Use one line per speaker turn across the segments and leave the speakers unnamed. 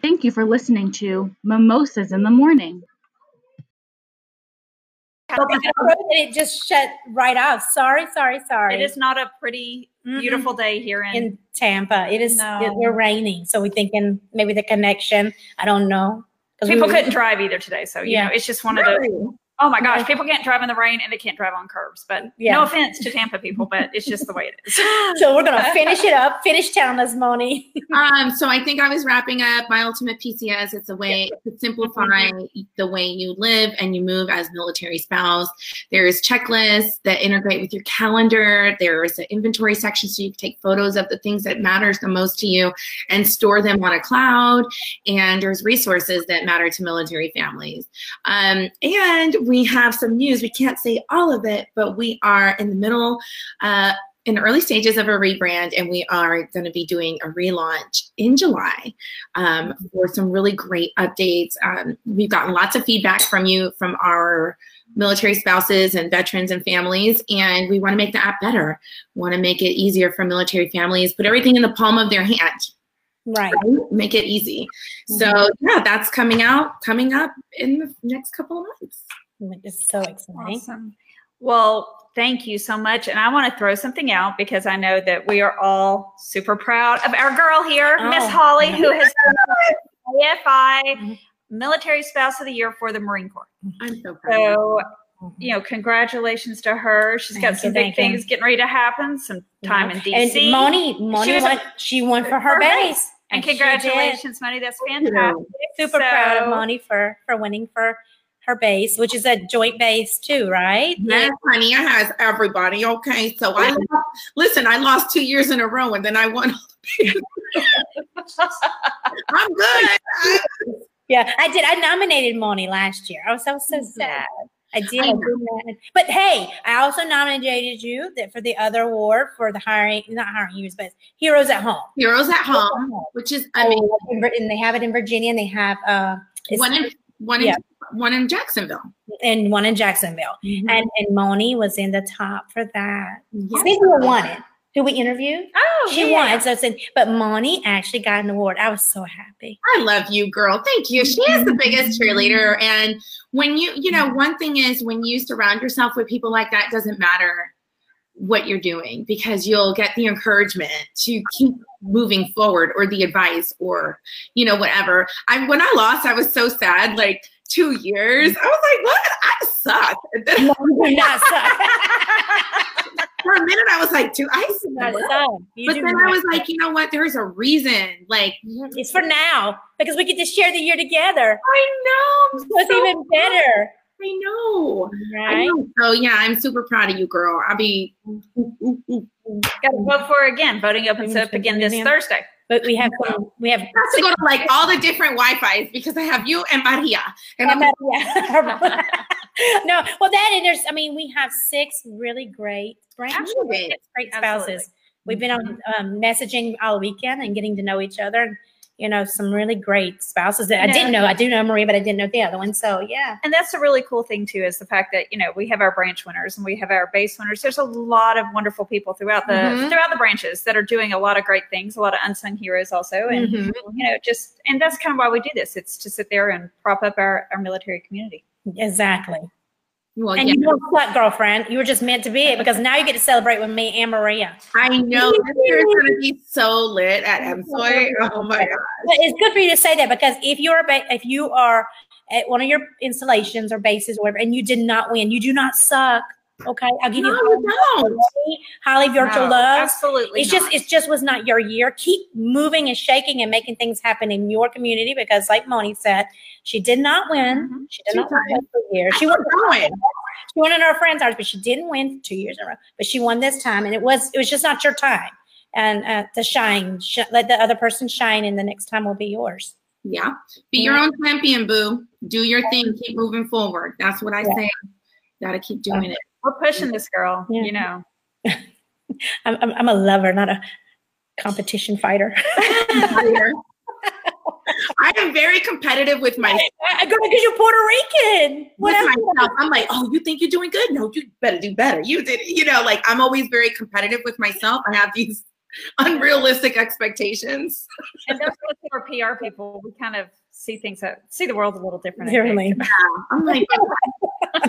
Thank you for listening to Mimosas in the Morning.
But the road, and it just shut right off. Sorry, sorry, sorry.
It is not a pretty,
Mm-mm.
beautiful day here in,
in Tampa. It is
No.
it, we're raining, so we're thinking maybe the connection. I don't know. 'Cause we
people
were-
couldn't drive either today. So, you
Yeah.
know, it's just one of those. Oh my gosh,
Yeah.
people can't drive in the rain and they can't drive on curves. But
Yeah.
no offense to Tampa people, but it's just the way it is.
So we're gonna finish it up. Finish town this morning.
Um, so I think I was wrapping up my ultimate PCS. It's a way to simplify the way you live and you move as military spouse. There's checklists that integrate with your calendar. There's an inventory section so you can take photos of the things that matters the most to you and store them on a cloud. And there's resources that matter to military families. Um, and we have some news. We can't say all of it, but we are in the middle uh, in the early stages of a rebrand, and we are going to be doing a relaunch in July um, for some really great updates. Um, we've gotten lots of feedback from you, from our military spouses and veterans and families, and we want to make the app better. Want to make it easier for military families. Put everything in the palm of their hand.
Right.
Right? Make it easy. So yeah, that's coming out, coming up in the next couple of months.
It's so exciting.
Awesome. Well, thank you so much. And I want to throw something out because I know that we are all super proud of our girl here,
Oh.
Miss Holly, who has been AFI
Mhm.
Military Spouse of the Year for the Marine Corps.
I'm so proud.
So, you know, congratulations to her. She's
Thank
got
you,
some
thank
big
you.
things getting ready to happen, some time in DC.
And Moni, Moni
was a-
won. She won for her
for her
base.
and
she did.
congratulations, Money. That's fantastic.
Super proud
So-
of Moni for for winning for her base, which is a joint base too, right?
Yes, honey, I has everybody. Okay, so I listen. I lost two years in a row, and then I won. I'm good.
Yeah, I did. I nominated Moni last year. I was, I was so sad. I did.
I
I
know.
did that. But hey, I also nominated you that for the other award for the hiring, not hiring years, but Heroes at Home.
Heroes at home,
Oh,
which is I mean
in Vir- and they have it in Virginia, and they have uh, it's-
one in one in
yeah.
one in Jacksonville.
and one in Jacksonville.
Mm-hmm.
And and Moni was in the top for that.
Yes.
I think who won it? Who we interviewed?
Oh,
she
yeah.
won. So it's in, but Moni actually got an award. I was so happy.
I love you, girl. Thank you. She is
Mm-hmm.
the biggest cheerleader. And when you, you know, one thing is when you surround yourself with people like that, it doesn't matter what you're doing because you'll get the encouragement to keep moving forward or the advice or, you know, whatever. I when I lost, I was so sad. Like two years, I was like, what? I suck. And then
No, you do not suck.
for a minute, I was like, do I
You do not
suck?
suck. You
But
do
then I
not
was
suck.
like, you know what? There's a reason. Like,
It's for now because we get to share the year together.
I know. I'm
So it's
so
even better,
I know. I
right?
know. So yeah, I'm super proud of you, girl. I'll be. I
Got to vote for her again. Voting opens up again this Thursday.
But we have some, we have
have to go to like all the different Wi Fi's because I have you and Maria, and I'm
Yeah. no. Well, that and there's. I mean, we have six really great branches,
Absolutely.
great spouses.
Absolutely.
We've been on um, messaging all weekend and getting to know each other, and you know, some really great spouses that I
Yeah.
didn't know. I do know Maria, but I didn't know the other one. So yeah,
And that's the really cool thing too is the fact that you know we have our branch winners and we have our base winners. There's a lot of wonderful people throughout the
Mm-hmm.
Mhm.
throughout the branches that are doing a lot of great things, a lot of unsung heroes also, and
Mhm.
Mm-hmm.
you know just and that's kind of why we do this. It's to sit there and prop up our, our military community.
exactly.
Well,
And
Oh, yeah,
you don't suck, girlfriend. You were just meant to be it because now you get to celebrate with me and Maria.
I know. This year's gonna be so lit at MSOI. Oh my god.
But it's good for you to say that because if you're a ba- if you are at one of your installations or bases or whatever, and you did not win, you do not suck. Okay, I'll give
No,
you
you don't.
Holly, Holly virtual
No,
love.
absolutely.
It's just
not.
it's just was not your year. Keep moving and shaking and making things happen in your community because, like Moni said, she did not win.
Mhm.
She did
Mm-hmm. Two
not win
times.
for year. She won.
We're going.
She won in her friends' ours, but she didn't win two years in a row. But she won this time, and it was it was just not your time. And uh, to shine, sh- let the other person shine, and the next time will be yours.
Yeah. Be your own champion, boo. Do your thing. Keep moving forward. That's what I
Yeah.
say. Gotta keep doing it.
we're pushing this girl.
Yeah.
You know.
I'm, I'm, I'm a lover, not a competition fighter.
I am very competitive with my
I go because you're Puerto Rican. What
with
else?
myself. I'm like, oh, you think you're doing good? No, you better do better. You did, you know, like I'm always very competitive with myself. I have these unrealistic expectations.
And those of us who are PR people, we kind of see things that see the world a little different. I think.
Really.
I'm like,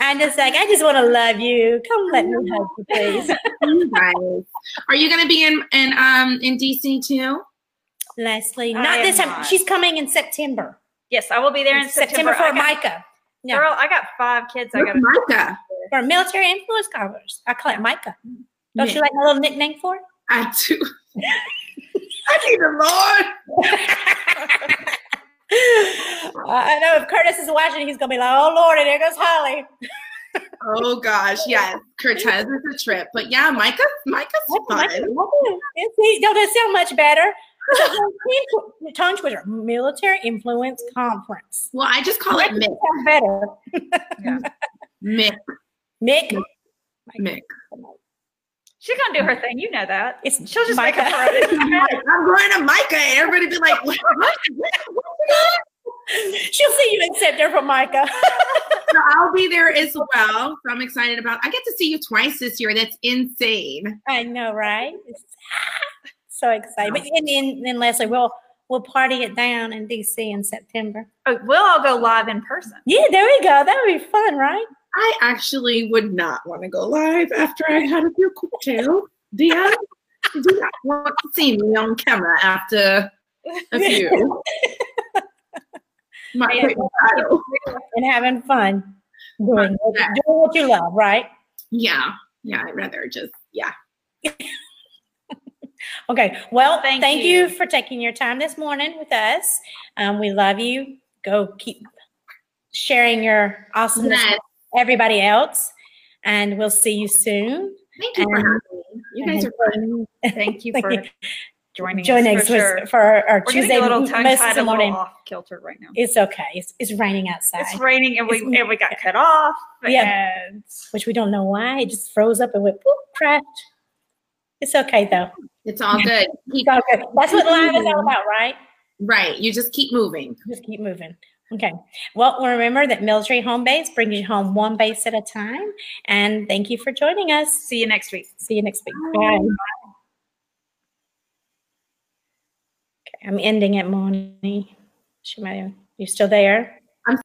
I'm just like, I just want to love you. Come let me hug you, please.
you guys. Are you gonna be in in um in DC too?
Leslie,
I
not
am
this time.
not.
She's coming in September.
Yes, I will be there in September.
for
I got-
Micah. Yeah.
Girl, I got five kids. I got.
Where's Micah.
For military influence covers. I call it Micah. Don't
Yeah.
you like my little nickname for it?
I do. I need the Lord.
I know if Curtis is watching, he's gonna be like, "Oh Lord, and there goes Holly."
Oh gosh, yes. Cortez is a trip. But yeah, Micah Micah's
That's
fun.
nice. It's- he- Don't that sound much better? It's a tongue twi- Tongue twister, military influence conference.
Well, I just call it Mick.
Sounds better,
Mick.
Mick.
Mick.
She's gonna do her thing. You know that.
It's
She'll just make a
Micah.
parade.
I'm going to Micah and everybody be like, what? what? what?
She'll see you in September, Micah.
So I'll be there as well. So I'm excited about I get to see you twice this year. That's insane.
I know, right? It's- so excited. But and then, then Leslie, we'll we'll party it down in DC in September.
Oh, we'll all go live in person.
Yeah, there we go. That would be fun, right?
I actually would not want to go live after I had a few cocktails. Dion, do not want to see me on camera after a few. My
Man.
bridal.
And having fun doing, what- doing what you love, right?
yeah, yeah, I'd rather just, yeah.
Okay. Well,
Thank
thank,
you.
you. for taking your time this morning with us. Um, we love you. Go keep sharing your awesomeness
Yes.
with everybody else, and we'll see you soon.
Thank you for
And-
having me. You guys are fun.
Thank you
Thank
for
you.
joining
Join
us.
us
for
with-
sure.
for our
We're
Tuesday
getting a little
m-
tongue
most
tied,
of the
a little
morning.
off kilter right now.
It's okay. It's, it's raining outside,
It's raining and we
It's-
and we got cut off.
Yeah.
And
which we don't know why. It just froze up and went whoop, crashed. It's okay though.
It's all good. Keep,
It's all good. That's what live is all about, right?
right. You just keep moving.
Just keep moving. Okay. Well, remember that military home base brings you home one base at a time. And thank you for joining us.
see you next week.
See you next week. Bye. Okay, I'm ending it, Moni. She might. You still there?